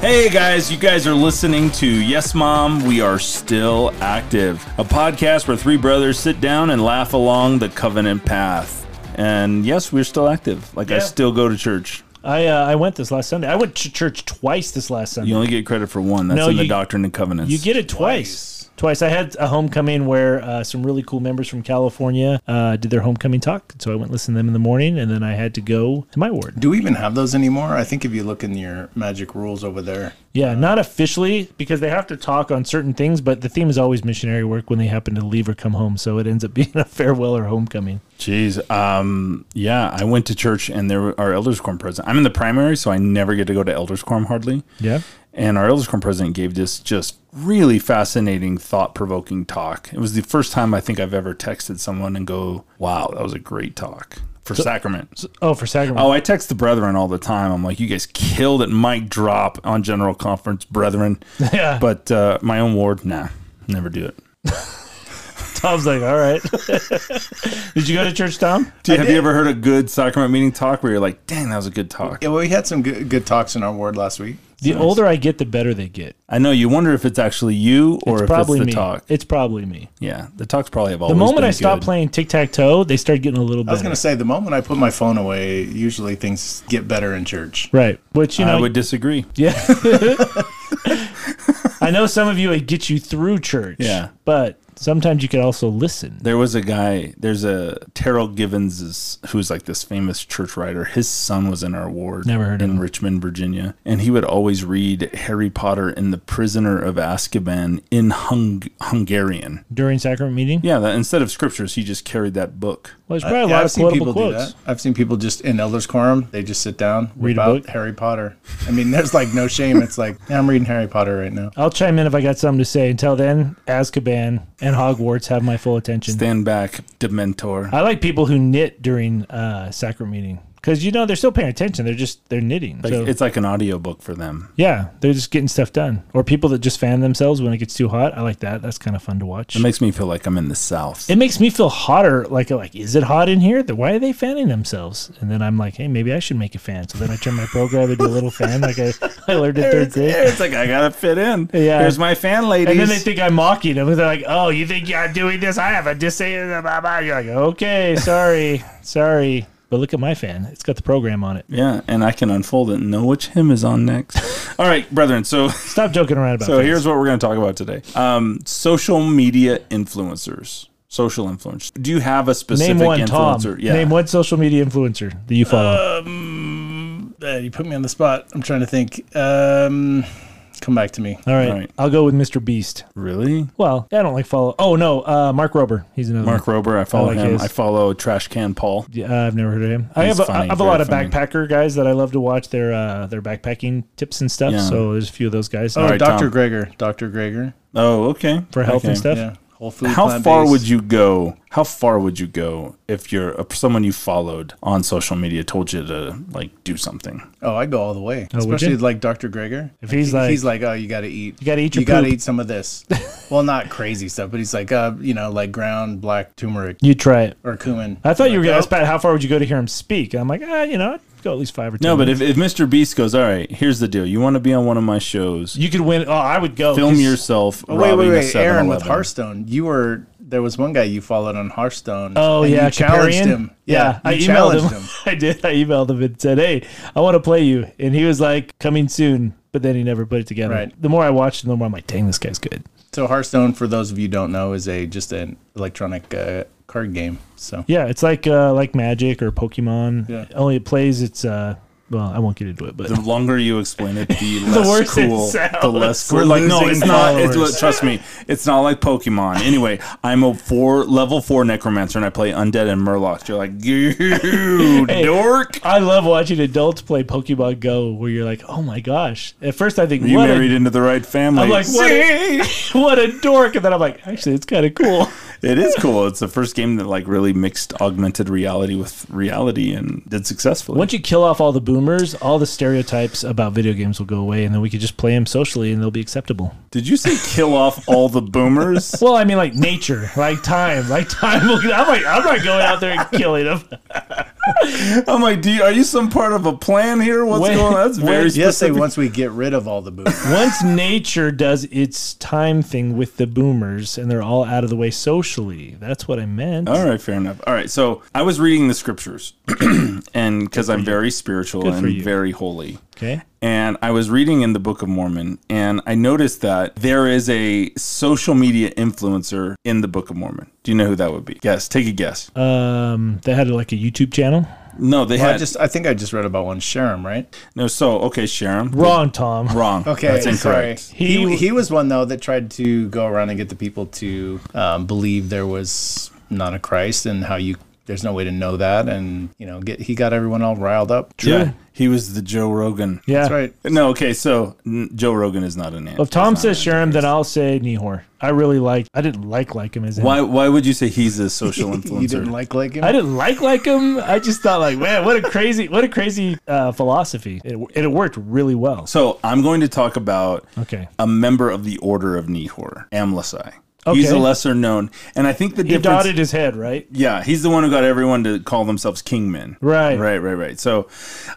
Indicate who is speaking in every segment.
Speaker 1: Hey guys, you guys are listening to Yes Mom, We Are Still Active, a podcast where three brothers sit down and laugh along the covenant path. And yes, we're still active. Like I
Speaker 2: Yeah.
Speaker 1: still go to church.
Speaker 2: I uh, I went this last Sunday. I went to church twice this last Sunday.
Speaker 1: You only get credit for one. That's
Speaker 2: No,
Speaker 1: in the
Speaker 2: you-
Speaker 1: Doctrine and Covenants.
Speaker 2: You get it twice. Twice. I had a homecoming where uh, some really cool members from California uh, did their homecoming talk. So I went listen to them in the morning, and then I had to go to my ward.
Speaker 3: Do we even have those anymore? I think if you look in your magic rules over there,
Speaker 1: Uh.
Speaker 2: Yeah, not officially because they have to talk on certain things, but the theme is always missionary work when they happen to leave or come home. So it ends up being a farewell or homecoming.
Speaker 1: Jeez. Um, yeah, I went to church and there our elders quorum president. I'm in the primary, so I never get to go to elders quorum hardly.
Speaker 2: Yeah.
Speaker 1: And our elders quorum president gave this just really fascinating, thought provoking talk. It was the first time I think I've ever texted someone and go, "Wow, that was a great talk for sacrament."
Speaker 2: Oh, for sacrament.
Speaker 1: Oh, I text the brethren all the time. I'm like, "You guys killed it, mic drop on general conference, brethren."
Speaker 2: yeah. But
Speaker 1: But uh, my own ward, nah, never do it.
Speaker 2: Tom's like, all right. did you go to church, Tom?
Speaker 1: Do you, have you
Speaker 3: did.
Speaker 1: ever heard a good sacrament meeting talk where you're like, "Dang, that was a good talk"?
Speaker 3: yeah, well, we had some good, good talks in our ward last week.
Speaker 2: The older I get, the better they get.
Speaker 1: I know you wonder if it's actually you or
Speaker 2: It's
Speaker 1: if
Speaker 2: probably
Speaker 1: it's the
Speaker 2: me.
Speaker 1: talk.
Speaker 2: It's probably me.
Speaker 1: yeah, the talks probably have
Speaker 2: The
Speaker 1: always.
Speaker 2: moment
Speaker 1: been
Speaker 2: I stopped
Speaker 1: good.
Speaker 2: playing tic tac toe, they started getting a little
Speaker 3: I was
Speaker 2: better.
Speaker 3: going to say, the moment I put my phone away, usually things get better in church.
Speaker 2: right. Which you know,
Speaker 1: I would disagree.
Speaker 2: yeah. I know some of you it gets you through church.
Speaker 1: Yeah.
Speaker 2: But sometimes you could also listen.
Speaker 1: There was a guy. There's a Terrell Givens, is, who's like this famous church writer. His son was in our ward,
Speaker 2: Never heard of
Speaker 1: in Richmond, Virginia, and he would always read Harry Potter and the Prisoner of Azkaban in Hung- Hungarian.
Speaker 2: During sacrament meeting?
Speaker 1: Yeah, that, instead of scriptures, he just carried that book.
Speaker 2: Well, there's
Speaker 3: I-
Speaker 2: probably a
Speaker 3: yeah,
Speaker 2: lot
Speaker 3: I've
Speaker 2: of
Speaker 3: seen
Speaker 2: quotable
Speaker 3: people do
Speaker 2: quotes.
Speaker 3: that. I've seen people just in elders quorum, they just sit down,
Speaker 2: Read a
Speaker 3: about
Speaker 2: book.
Speaker 3: Harry Potter. I mean, there's like no shame. It's like yeah, I'm reading Harry Potter right now.
Speaker 2: I'll chime in if I got something to say. Until then, Azkaban and Hogwarts have my full attention.
Speaker 1: Stand back, Dementor.
Speaker 2: I like people who knit during uh, sacrament meeting because you know they're still paying attention. They're just they're knitting.
Speaker 1: Like,
Speaker 2: so,
Speaker 1: it's like an audiobook for them.
Speaker 2: yeah, they're just getting stuff done. Or people that just fan themselves when it gets too hot. I like that. That's kind of fun to watch.
Speaker 1: It makes me feel like I'm in the South.
Speaker 2: it makes me feel hotter. Like, like, is it hot in here? Then Why are they fanning themselves? And then I'm like, hey, maybe I should make a fan. So then I turn my program into a little fan, like I, I learned in third grade.
Speaker 1: it's like I gotta fit in.
Speaker 2: Yeah.
Speaker 1: Here's my fan ladies.
Speaker 2: And then they think I'm mocking them. They're like, "Oh, you think I'm doing this? I have a disabled." Blah, blah. You're like, "Okay, sorry, sorry." But look at my fan; it's got the program on it.
Speaker 1: yeah, and I can unfold it and know which hymn is on next. All right, brethren. So
Speaker 2: Stop joking around about.
Speaker 1: So
Speaker 2: fans.
Speaker 1: here's what we're going to talk about today: um, social media influencers. Social influencers. Do you have a specific
Speaker 2: name one
Speaker 1: influencer?
Speaker 2: Tom. Name one social media influencer that you follow.
Speaker 3: Uh, you put me on the spot. I'm trying to think. Um, come back to me.
Speaker 2: all, right.
Speaker 1: all right.
Speaker 2: I'll go with Mr. Beast.
Speaker 1: Really?
Speaker 2: Well, I don't like follow. Oh no, uh, Mark Rober. He's another
Speaker 1: Mark
Speaker 2: One.
Speaker 1: Rober. I follow
Speaker 2: I like
Speaker 1: him.
Speaker 2: his.
Speaker 1: I follow Trash Can Paul.
Speaker 2: Yeah, uh, I've never heard of him. I
Speaker 1: He's
Speaker 2: have a,
Speaker 1: funny,
Speaker 2: I have a
Speaker 1: very
Speaker 2: lot of
Speaker 1: funny.
Speaker 2: backpacker guys that I love to watch their uh, their backpacking tips and stuff.
Speaker 1: Yeah.
Speaker 2: So there's a few of those guys
Speaker 3: Oh,
Speaker 1: All right,
Speaker 3: Dr.
Speaker 1: Tom.
Speaker 3: Gregor. Dr. Gregor.
Speaker 1: Oh, okay.
Speaker 2: for health
Speaker 1: Okay.
Speaker 2: and stuff.
Speaker 3: Yeah. Whole food.
Speaker 1: How far
Speaker 3: plant-based.
Speaker 1: would you go? How far would you go if you're a, someone you followed on social media told you to like do something?
Speaker 3: Oh, I go all the way,
Speaker 2: would
Speaker 3: especially
Speaker 2: you?
Speaker 3: like Dr. Gregor.
Speaker 2: If he's
Speaker 3: He-
Speaker 2: like-
Speaker 3: he's like, oh, you got to eat, you
Speaker 2: gotta eat your
Speaker 3: you got to
Speaker 2: poop."
Speaker 3: eat some of this. well, not crazy stuff, but he's like, uh, you know, like ground black turmeric
Speaker 2: You try it.
Speaker 3: or cumin. "Oh,
Speaker 2: I thought you were going to
Speaker 3: Nope.
Speaker 2: ask Pat how far would you go to hear him speak, and I'm like, ah, you know, I'd go at least five or ten.
Speaker 1: No, but if, if Mr. Beast goes, all right, here's the deal. You want to be on one of my shows?
Speaker 2: you could win. Oh, I would go.
Speaker 1: Film
Speaker 2: 'cause-
Speaker 1: yourself
Speaker 3: Oh, wait,
Speaker 1: robbing
Speaker 3: wait,
Speaker 1: a
Speaker 3: wait,
Speaker 1: 7
Speaker 3: Aaron with Hearthstone. You were there was one guy you followed on Hearthstone.
Speaker 2: Oh
Speaker 3: and
Speaker 2: yeah,
Speaker 3: you challenged
Speaker 2: Kaparian?
Speaker 3: him. Yeah,
Speaker 2: I
Speaker 3: you
Speaker 2: emailed him. I did. I emailed him and said, "Hey, I want to play you," and he was like, "Coming soon," but then he never put it together.
Speaker 3: Right.
Speaker 2: The more I watched him, the more I'm like, "Dang, this guy's good."
Speaker 3: So Hearthstone, for those of you who don't know, is a just an electronic uh, card game. So
Speaker 2: Yeah, it's like uh, like Magic or Pokemon.
Speaker 3: Yeah.
Speaker 2: Only it plays. It's uh, well, I won't get into it, but
Speaker 1: the longer you explain it, the less
Speaker 2: worse it
Speaker 1: cool,
Speaker 2: sounds.
Speaker 1: the less cool.
Speaker 3: We're
Speaker 1: Like no,
Speaker 3: losing
Speaker 1: it's not. It's,
Speaker 3: followers.
Speaker 1: trust me, it's not like Pokemon. Anyway, I'm a four level four necromancer and I play undead and murlocs. You're like, you dork.
Speaker 2: I love watching adults play Pokemon Go, where you're like, "Oh my gosh!" At first, I think,
Speaker 1: You
Speaker 2: "What
Speaker 1: married
Speaker 2: a,
Speaker 1: into the right family.
Speaker 2: I'm like, what a- what a dork," and then I'm like, "Actually, it's kind of cool."
Speaker 1: It is cool. It's the first game that like really mixed augmented reality with reality and did successfully.
Speaker 2: Once you kill off all the boomers, all the stereotypes about video games will go away, and then we could just play them socially, and they'll be acceptable.
Speaker 1: Did you say kill off all the boomers?
Speaker 2: Well, I mean, like nature, like time, like time. Will, I'm like, I'm not going out there and killing them.
Speaker 1: I'm like, do you, are you some part of a plan here? What's
Speaker 2: Wait,
Speaker 1: going on? That's very
Speaker 2: wait,
Speaker 1: specific.
Speaker 3: Yes, they once we get rid of all the boomers.
Speaker 2: Once nature does its time thing with the boomers and they're all out of the way socially, that's what I meant.
Speaker 1: All right, fair enough. All right, so I was reading the scriptures, and because I'm very spiritual
Speaker 2: Good for
Speaker 1: and
Speaker 2: you.
Speaker 1: very holy,
Speaker 2: Okay.
Speaker 1: and I was reading in the Book of Mormon, and I noticed that there is a social media influencer in the Book of Mormon. Do you know who that would be? Guess. Take a guess.
Speaker 2: Um, they had like a YouTube channel.
Speaker 1: No, they
Speaker 3: Uh, Well,
Speaker 1: had
Speaker 3: I just I think I just read about one Sharon, right?
Speaker 1: no. So okay, Sharon.
Speaker 2: Wrong, Tom.
Speaker 1: Wrong.
Speaker 3: Okay,
Speaker 1: that's incorrect.
Speaker 3: Sorry. He,
Speaker 2: He-
Speaker 3: he was one though that tried to go around and get the people to um, believe there was not a Christ and how you there's no way to know that and you know get he got everyone all riled up.
Speaker 1: Yeah, he was the Joe Rogan.
Speaker 2: Yeah.
Speaker 3: That's right.
Speaker 1: No, okay, so n- Joe Rogan is not an ant.
Speaker 2: If Tom says Sherm, then I'll say Nehor. I really like. I didn't like like him as. in-
Speaker 1: Why? Why would you say he's a social influencer?
Speaker 3: You didn't like like him.
Speaker 2: I didn't like like him. I just thought like, man, what a crazy, what a crazy uh, philosophy. It, and it worked really well.
Speaker 1: so I'm going to talk about
Speaker 2: Okay.
Speaker 1: a member of the Order of Nehor, Amlasai. He's a
Speaker 2: Okay.
Speaker 1: lesser known, and I think the
Speaker 2: He
Speaker 1: difference.
Speaker 2: dotted his head, right?
Speaker 1: Yeah, he's the one who got everyone to call themselves kingmen.
Speaker 2: Right.
Speaker 1: right, right, right. So,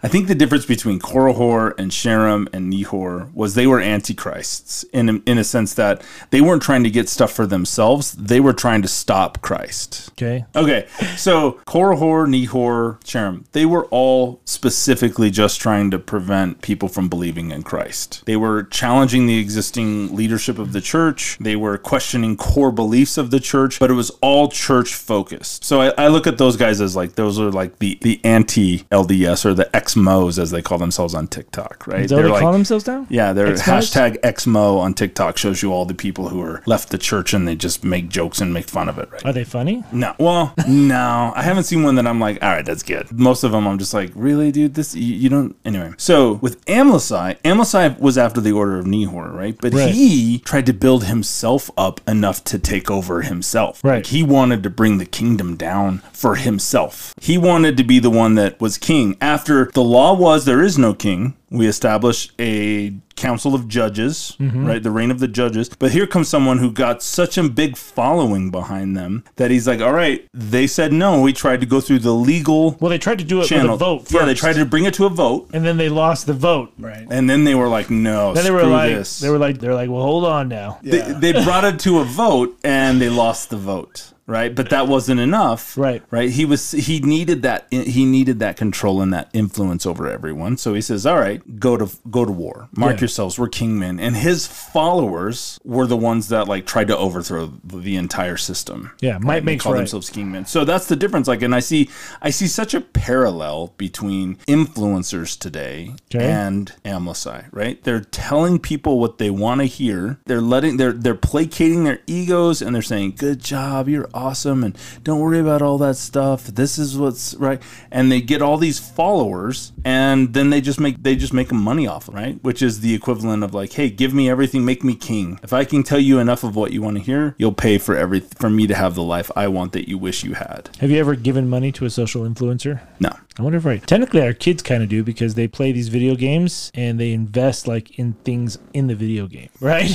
Speaker 1: I think the difference between Korihor and Sherem and Nehor was they were antichrists in a, in a sense that they weren't trying to get stuff for themselves; they were trying to stop Christ.
Speaker 2: Okay.
Speaker 1: Okay, so Korihor, Nehor, Cherem, they were all specifically just trying to prevent people from believing in Christ. They were challenging the existing leadership of the church. They were questioning core beliefs of the church, but it was all church focused. So I, I look at those guys as like those are like the the anti LDS or the XMOs as they call themselves on TikTok, right?
Speaker 2: Is that what they
Speaker 1: like,
Speaker 2: call themselves now?
Speaker 1: yeah, their
Speaker 2: Xmos?
Speaker 1: hashtag XMO on TikTok shows you all the people who are left the church and they just make jokes and make fun of it, right?
Speaker 2: Are they funny?
Speaker 1: No. Well, no. I haven't seen one that I'm like, all right, that's good. Most of them, I'm just like, really, dude? This, you, you don't. Anyway. So with Amlasai, Amlasai was after the Order of Nehor, right? But
Speaker 2: Right.
Speaker 1: he tried to build himself up enough to take over himself.
Speaker 2: Right.
Speaker 1: Like, he wanted to bring the kingdom down for himself. He wanted to be the one that was king. After the law was there is no king, we establish a council of judges,
Speaker 2: Mm-hmm.
Speaker 1: right? The reign of the judges. But here comes someone who got such a big following behind them that he's like, all right, they said no. We tried to go through the legal
Speaker 2: Well, they tried to do it
Speaker 1: channel.
Speaker 2: with a vote. First,
Speaker 1: yeah, they tried to bring it to a vote.
Speaker 2: and then they lost the vote.
Speaker 3: right.
Speaker 1: And then they were like, no,
Speaker 2: Then they were
Speaker 1: screw
Speaker 2: like,
Speaker 1: this.
Speaker 2: they were like, they're like, well, hold on now.
Speaker 3: Yeah.
Speaker 1: they, they brought it to a vote and they lost the vote right but that wasn't enough
Speaker 2: Right.
Speaker 1: right he was he needed that he needed that control and that influence over everyone so he says all right go to go to war mark
Speaker 2: Yeah.
Speaker 1: yourselves we're kingmen and his followers were the ones that like tried to overthrow the entire system
Speaker 2: Yeah, might
Speaker 1: and they
Speaker 2: makes
Speaker 1: call
Speaker 2: right.
Speaker 1: themselves kingmen so that's the difference like and i see i see such a parallel between influencers today
Speaker 2: Okay.
Speaker 1: and Amlasai, right? They're telling people what they want to hear. They're letting they're they're placating their egos and they're saying, "Good job, you're awesome and don't worry about all that stuff. This is what's right." And they get all these followers and then they just make they just make money off, of it, right? Which is the equivalent of like, "Hey, give me everything, make me king. If I can tell you enough of what you want to hear, you'll pay for every for me to have the life I want that you wish you had."
Speaker 2: Have you ever given money to a social influencer?
Speaker 1: No.
Speaker 2: I wonder if I technically our kids kind of do because they play these video games and they invest like in things in the video game, right?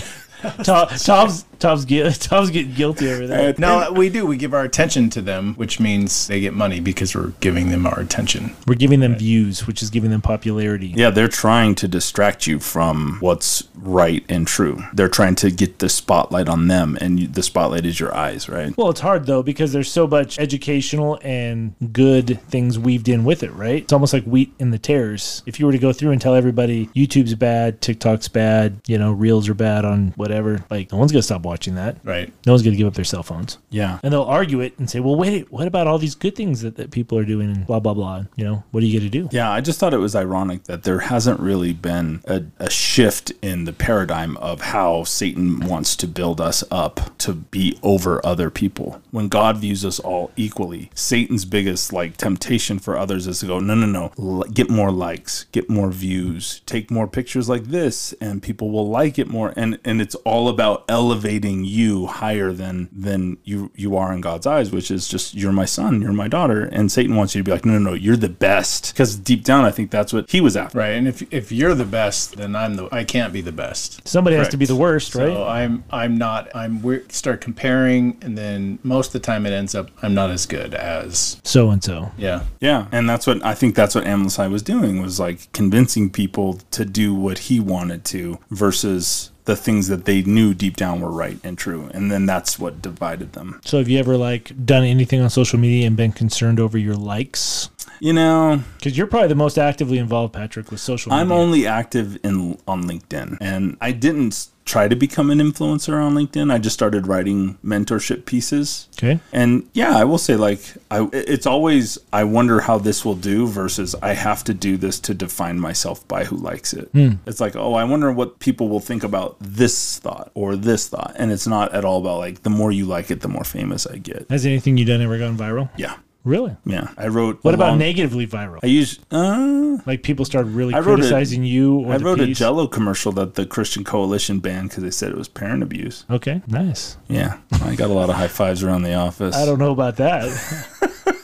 Speaker 2: Tom, Tom's Tom's gui- Tom's getting guilty over there.
Speaker 3: No, we do. We give our attention to them, which means they get money because we're giving them our attention.
Speaker 2: We're giving them views, which is giving them popularity.
Speaker 1: Yeah, they're trying to distract you from what's right and true. They're trying to get the spotlight on them, and you, the spotlight is your eyes, right?
Speaker 2: Well, it's hard though because there's so much educational and good things weaved in with it, right? It's almost like wheat in the tares. If you were to go through and tell everybody YouTube's bad, TikTok's bad, you know, Reels are bad on whatever, like no one's gonna stop watching that.
Speaker 3: Right.
Speaker 2: No one's gonna give up their cell phones.
Speaker 1: Yeah.
Speaker 2: And they'll argue it and say, well, wait, what about all these good things that, that people are doing and blah, blah, blah. You know, what are you going to do?
Speaker 1: Yeah, I just thought it was ironic that there hasn't really been a, a shift in the paradigm of how Satan wants to build us up to be over other people. When God views us all equally, Satan's biggest like temptation for others is to go, no, no, no, L- get more likes, get more views, take more pictures like this, and people will like it more. And and it's all about elevating elevating you higher than than you you are in God's eyes, which is just you're my son, you're my daughter, and Satan wants you to be like, no, no, no, you're the best, because deep down, I think that's what he was after.
Speaker 3: Right. And if if you're the best, then I'm the I can't be the best.
Speaker 2: Somebody has to be the worst, right?
Speaker 3: So I'm I'm not I'm we start comparing and then most of the time it ends up I'm not as good as
Speaker 2: So and so.
Speaker 3: yeah.
Speaker 1: Yeah, and that's what I think that's what Amlisai was doing was like convincing people to do what he wanted to versus the things that they knew deep down were right and true, and then that's what divided them.
Speaker 2: So have you ever like done anything on social media and been concerned over your likes?
Speaker 1: You know,
Speaker 2: Because you're probably the most actively involved, Patrick, with social media.
Speaker 1: I'm only active in on LinkedIn, and I didn't s- try to become an influencer on LinkedIn. I just started writing mentorship pieces.
Speaker 2: okay.
Speaker 1: And yeah, I will say like I it's always I wonder how this will do versus I have to do this to define myself by who likes it.
Speaker 2: Hmm.
Speaker 1: It's like, oh, I wonder what people will think about this thought or this thought. And it's not at all about like the more you like it, the more famous I get.
Speaker 2: Has anything you done ever gone viral?
Speaker 1: Yeah.
Speaker 2: Really?
Speaker 1: Yeah. I wrote
Speaker 2: What
Speaker 1: a
Speaker 2: about
Speaker 1: long-
Speaker 2: negatively viral?
Speaker 1: I used uh
Speaker 2: Like people started really
Speaker 1: I wrote a-
Speaker 2: criticizing you or
Speaker 1: I
Speaker 2: the
Speaker 1: wrote a
Speaker 2: piece?
Speaker 1: Jello commercial that the Christian Coalition banned because they said it was parent abuse.
Speaker 2: Okay, nice.
Speaker 1: Yeah, I got a lot of high fives around the office.
Speaker 2: I don't know about that.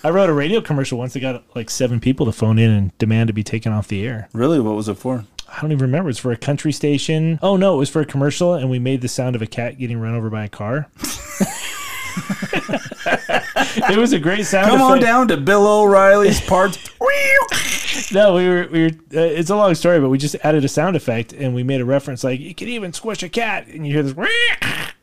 Speaker 2: I wrote a radio commercial once that got like seven people to phone in and demand to be taken off the air.
Speaker 1: really. What was it for?
Speaker 2: I don't even remember. It was for a country station. Oh no, it was for a commercial, and we made the sound of a cat getting run over by a car. it was a great sound.
Speaker 1: Come on
Speaker 2: effect.
Speaker 1: down to Bill O'Reilly's parts.
Speaker 2: No, we were we were. Uh, it's a long story, but we just added a sound effect, and we made a reference like you can even squish a cat, and you hear this.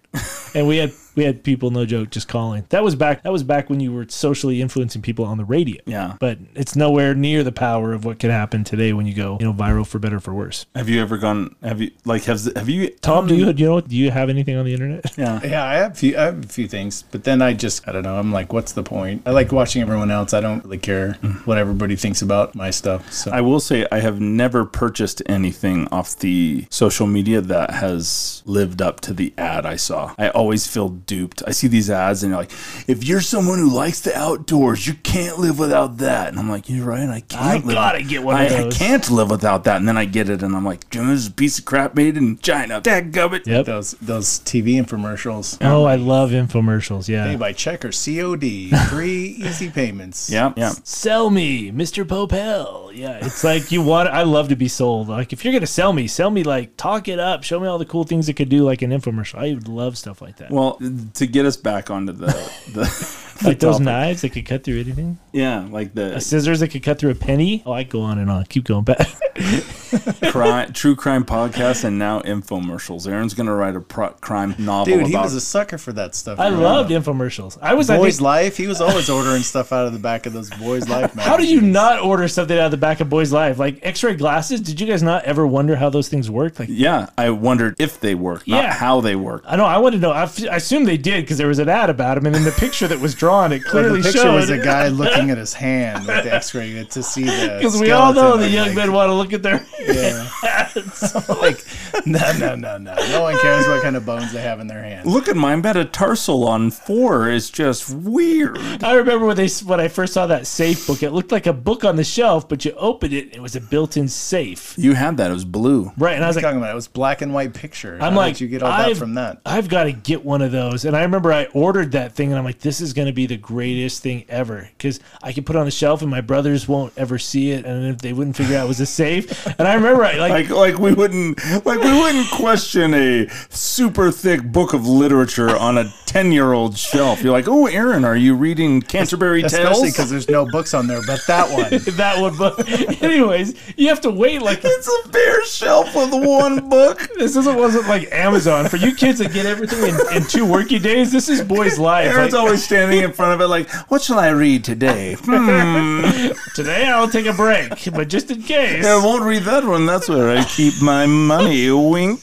Speaker 2: And we had we had people, no joke, just calling. That was back. That was back when you were socially influencing people on the radio.
Speaker 1: yeah.
Speaker 2: But it's nowhere near the power of what could happen today when you go, you know, viral for better or for worse.
Speaker 1: Have you ever gone? Have you like have have you?
Speaker 2: Tom, do you, do you know? Do you have anything on the internet?
Speaker 1: Yeah.
Speaker 3: Yeah, I have a few I have a few things, but then I just I don't know, I'm like, what's the point? I like watching everyone else. I don't really care
Speaker 2: Mm.
Speaker 3: what everybody thinks about my stuff. So
Speaker 1: I will say I have never purchased anything off the social media that has lived up to the ad I saw. I always feel duped. I see these ads and you're like, if you're someone who likes the outdoors, you can't live without that. And I'm like, you're right, I can't.
Speaker 2: I
Speaker 1: live
Speaker 2: gotta get one of
Speaker 1: I,
Speaker 2: those."
Speaker 1: I can't live without that. And then I get it and I'm like, Jim, this is a piece of crap made in China. Dadgubbit.
Speaker 2: Yep.
Speaker 3: those those TV infomercials.
Speaker 2: Oh, I love infomercials. Yeah.
Speaker 3: Pay by check or COD. Three easy payments.
Speaker 1: Yeah, yeah.
Speaker 2: Sell me, Mr. Popel. Yeah, it's like you want. I love to be sold. Like if you're gonna sell me, sell me like talk it up. Show me all the cool things it could do, like an infomercial. I would love stuff like that.
Speaker 1: Well, to get us back onto the, the, the
Speaker 2: like those
Speaker 1: topic.
Speaker 2: knives that could cut through anything,
Speaker 1: Yeah, like the
Speaker 2: scissors that could cut through a penny. Oh, I go on and on. Keep going back.
Speaker 1: crime, true crime podcast and now infomercials. Aaron's gonna write a pro- crime novel.
Speaker 3: Dude,
Speaker 1: about,
Speaker 3: he was a sucker for that stuff.
Speaker 2: I
Speaker 3: man.
Speaker 2: loved infomercials. I was. I
Speaker 3: Boys
Speaker 2: think,
Speaker 3: Life. He was always ordering stuff out of the back of those Boys Life.
Speaker 2: how do you
Speaker 3: magazines.
Speaker 2: not order something out of the back of Boy's Life? Like X-ray glasses. Did you guys not ever wonder how those things work? Like
Speaker 1: yeah. I wondered if they work, not
Speaker 2: Yeah.
Speaker 1: how they work.
Speaker 2: I know. I want to know. I, f- I assume they did because there was an ad about him, and then the picture that was drawn it
Speaker 3: But
Speaker 2: clearly
Speaker 3: the picture
Speaker 2: showed.
Speaker 3: was a guy looking at his hand with the X-ray to see the.
Speaker 2: Because we all know
Speaker 3: skeleton.
Speaker 2: the
Speaker 3: I'm
Speaker 2: young
Speaker 3: like,
Speaker 2: men want to look at their.
Speaker 3: like, no, no, no, no. No one cares what kind of bones they have in their hands.
Speaker 1: Look at my metatarsal on four is just weird.
Speaker 2: I remember when they when I first saw that safe book. It looked like a book on the shelf, but you opened it, and it was a built-in safe.
Speaker 1: You had that. It was blue.
Speaker 2: Right, and I was like,
Speaker 3: What are you talking about? It was black and white picture.
Speaker 2: I'm
Speaker 3: How
Speaker 2: like,
Speaker 3: did you get all
Speaker 2: I've,
Speaker 3: that from that?
Speaker 2: I've got to get one of those. And I remember I ordered that thing, and I'm like, this is going to be the greatest thing ever because I can put it on the shelf, and my brothers won't ever see it, and if they wouldn't figure out it was a safe. And I remember I like
Speaker 1: Like like we wouldn't like we wouldn't question a super thick book of literature on a ten year old shelf. You're like, oh, Aaron, are you reading Canterbury
Speaker 3: Especially
Speaker 1: Tales?
Speaker 3: because there's no books on there, but that one.
Speaker 2: that one, but anyways, you have to wait like
Speaker 1: It's a bare shelf with one book.
Speaker 2: This isn't wasn't like Amazon for you kids that get everything in, in two working days. This is boys' life.
Speaker 1: Aaron's
Speaker 2: Like,
Speaker 1: always standing in front of it, like, "What shall I read today?" Hmm,
Speaker 2: today I'll take a break, but just in case,
Speaker 1: I won't read that one. That's where I keep my money. Wink.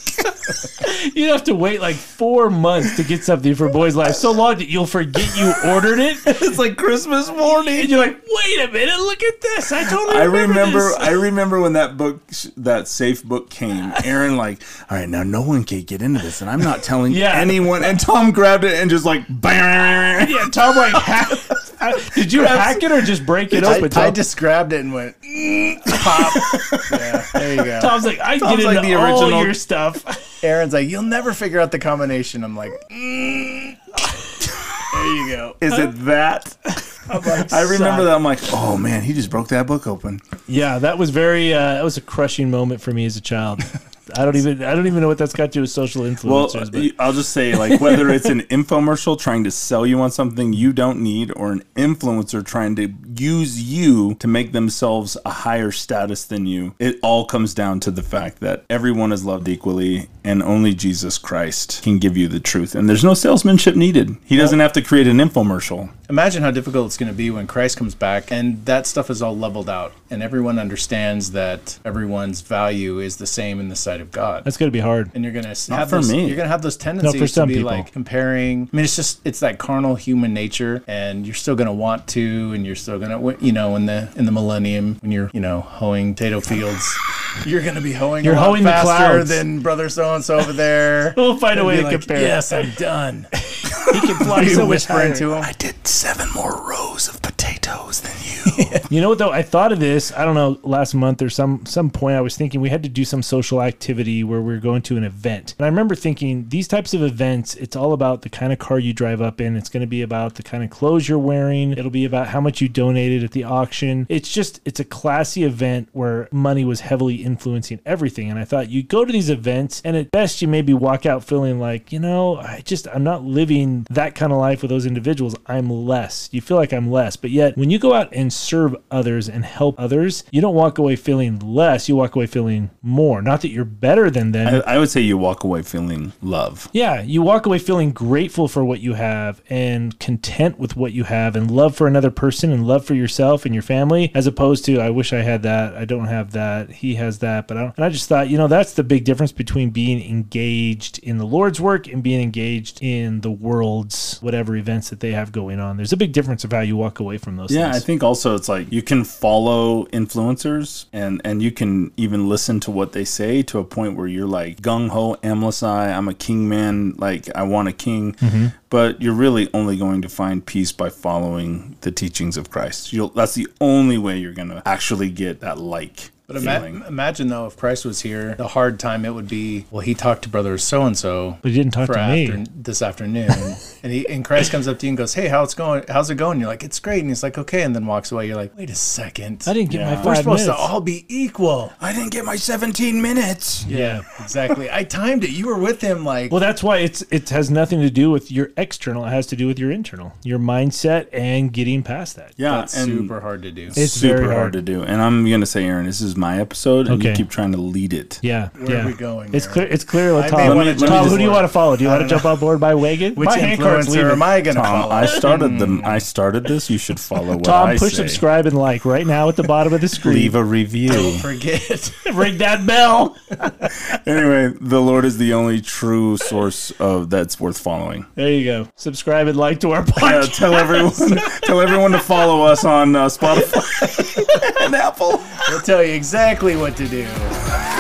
Speaker 2: you have to wait like four months to get something for boys' life. So long that you'll forget you ordered it,
Speaker 1: It's like Christmas
Speaker 2: and
Speaker 1: morning.
Speaker 2: you're like, "Wait a minute, look at this! I totally
Speaker 1: I
Speaker 2: remember."
Speaker 1: remember.
Speaker 2: this."
Speaker 1: I remember when that book, that safe book came. Aaron, like, all right, now no one can get into this, and I'm not telling
Speaker 2: Yeah.
Speaker 1: anyone. And Tom grabbed it and just like,
Speaker 2: yeah, Tom like half, Did you hack it or just break it
Speaker 3: I,
Speaker 2: open?
Speaker 3: I
Speaker 2: Tom?
Speaker 3: just grabbed it and went "Mm, pop. yeah, there you go.
Speaker 2: Tom's like, I
Speaker 3: Tom's
Speaker 2: get
Speaker 3: like
Speaker 2: into
Speaker 3: the
Speaker 2: all
Speaker 3: original-
Speaker 2: your stuff.
Speaker 3: Aaron's like, you'll never figure out the combination. I'm like, "Mm." there you go.
Speaker 1: Is it that? I remember that. I'm like, oh man, he just broke that book open.
Speaker 2: Yeah, that was very. Uh, that was a crushing moment for me as a child. I don't even. I don't even know what that's got to do with social
Speaker 1: Well,
Speaker 2: influencers. but
Speaker 1: you- I'll just say, like, whether it's an infomercial trying to sell you on something you don't need or an influencer trying to use you to make themselves a higher status than you, it all comes down to the fact that everyone is loved equally and only Jesus Christ can give you the truth. And there's no salesmanship needed. He doesn't have to create an infomercial.
Speaker 3: Imagine how difficult it's going to be when Christ comes back and that stuff is all leveled out and everyone understands that everyone's value is the same in the sight of God.
Speaker 2: that's gonna be hard.
Speaker 3: and you're gonna s- have
Speaker 1: for
Speaker 3: those,
Speaker 1: me.
Speaker 3: You're gonna have those tendencies
Speaker 2: some
Speaker 3: to be
Speaker 2: people.
Speaker 3: like comparing. I mean, it's just it's that carnal human nature, and you're still gonna want to, and you're still gonna, w- you know, in the in the millennium when you're you know hoeing potato fields, you're gonna be hoeing.
Speaker 2: You're
Speaker 3: a lot
Speaker 2: hoeing the
Speaker 3: faster
Speaker 2: clouds.
Speaker 3: than brother so and so over there.
Speaker 2: We'll find a
Speaker 3: You'll
Speaker 2: way
Speaker 3: be
Speaker 2: to
Speaker 3: like,
Speaker 2: compare.
Speaker 3: Yes, I'm done.
Speaker 2: He can fly
Speaker 3: you
Speaker 2: so much
Speaker 3: whispering
Speaker 2: higher.
Speaker 3: to him.
Speaker 1: did seven more rows of potatoes than you.
Speaker 2: You know what though? I thought of this. I don't know last month or some some point. I was thinking we had to do some social activity where we are going to an event, and I remember thinking these types of events. It's all about the kind of car you drive up in. It's going to be about the kind of clothes you're wearing. It'll be about how much you donated at the auction. It's just it's a classy event where money was heavily influencing everything. And I thought you go to these events, and at best you maybe walk out feeling like you know I just I'm not living that kind of life with those individuals. I'm less. You feel like I'm less, but yet when you go out and serve others and help others, you don't walk away feeling less. You walk away feeling more. Not that you're better than them.
Speaker 1: I, I would say you walk away feeling love.
Speaker 2: Yeah, you walk away feeling grateful for what you have and content with what you have and love for another person and love for yourself and your family as opposed to I wish I had that, I don't have that, he has that, but I don't. And I just thought, you know, that's the big difference between being engaged in the Lord's work and being engaged in the world's whatever events that they have going on. There's a big difference of how you walk away from those
Speaker 1: Yeah, I
Speaker 2: things.
Speaker 1: think also it's like you can follow influencers and and you can even listen to what they say to a point where you're like gung ho amlisai, I'm a king man, like I want a king. But you're really only going to find peace by following the teachings of Christ. You'll that's the only way you're gonna actually get that like.
Speaker 3: But ima-
Speaker 1: feeling.
Speaker 3: imagine though, if Christ was here, the hard time it would be. Well, he talked to brother so and so,
Speaker 2: But he didn't talk
Speaker 3: for
Speaker 2: to
Speaker 3: after,
Speaker 2: me.
Speaker 3: this afternoon. and he and Christ comes up to you and goes, "Hey, how's it going? How's it going?" You're like, "It's great." And he's like, "Okay," and then walks away. You're like, "Wait a second,
Speaker 2: I didn't get
Speaker 1: Yeah.
Speaker 2: my 5
Speaker 3: we're supposed to
Speaker 2: minutes.
Speaker 3: all be equal."
Speaker 1: I didn't get my 17 minutes.
Speaker 3: Yeah, exactly. I timed it. You were with him, like
Speaker 2: Well, that's why it's it has nothing to do with your external. It has to do with your internal, your mindset, and getting past that.
Speaker 1: Yeah,
Speaker 3: that's
Speaker 1: and
Speaker 3: super hard to do.
Speaker 2: It's
Speaker 1: super
Speaker 2: very
Speaker 1: hard.
Speaker 2: hard.
Speaker 1: to do. And I'm gonna say, Aaron, this is my episode, and you
Speaker 2: Okay.
Speaker 1: keep trying to lead it.
Speaker 2: Yeah,
Speaker 3: Where
Speaker 2: yeah.
Speaker 3: are we going?
Speaker 2: It's
Speaker 3: there?
Speaker 2: clear. It's clear.
Speaker 3: I
Speaker 2: With
Speaker 3: may
Speaker 2: Tom,
Speaker 1: wanna
Speaker 2: Tom,
Speaker 1: jump on
Speaker 2: who do you
Speaker 1: board.
Speaker 2: want to follow? Do you want to jump on board by wagon?
Speaker 3: Which
Speaker 2: My hand card's
Speaker 3: influencer
Speaker 2: leaving.
Speaker 3: am I going to
Speaker 1: Tom,
Speaker 3: follow?
Speaker 1: I Hmm. started the I started this. You should follow what
Speaker 2: Tom,
Speaker 1: I
Speaker 2: push
Speaker 1: say.
Speaker 2: subscribe and like right now at the bottom of the
Speaker 1: Leave
Speaker 2: screen.
Speaker 1: a review.
Speaker 3: Forget.
Speaker 2: Ring that bell.
Speaker 1: anyway, the Lord is the only true source of that's worth following.
Speaker 2: There you go. Subscribe and like to our
Speaker 1: Yeah,
Speaker 2: podcast.
Speaker 1: tell everyone tell everyone to follow us on uh, Spotify and Apple.
Speaker 3: We'll tell you exactly what to do.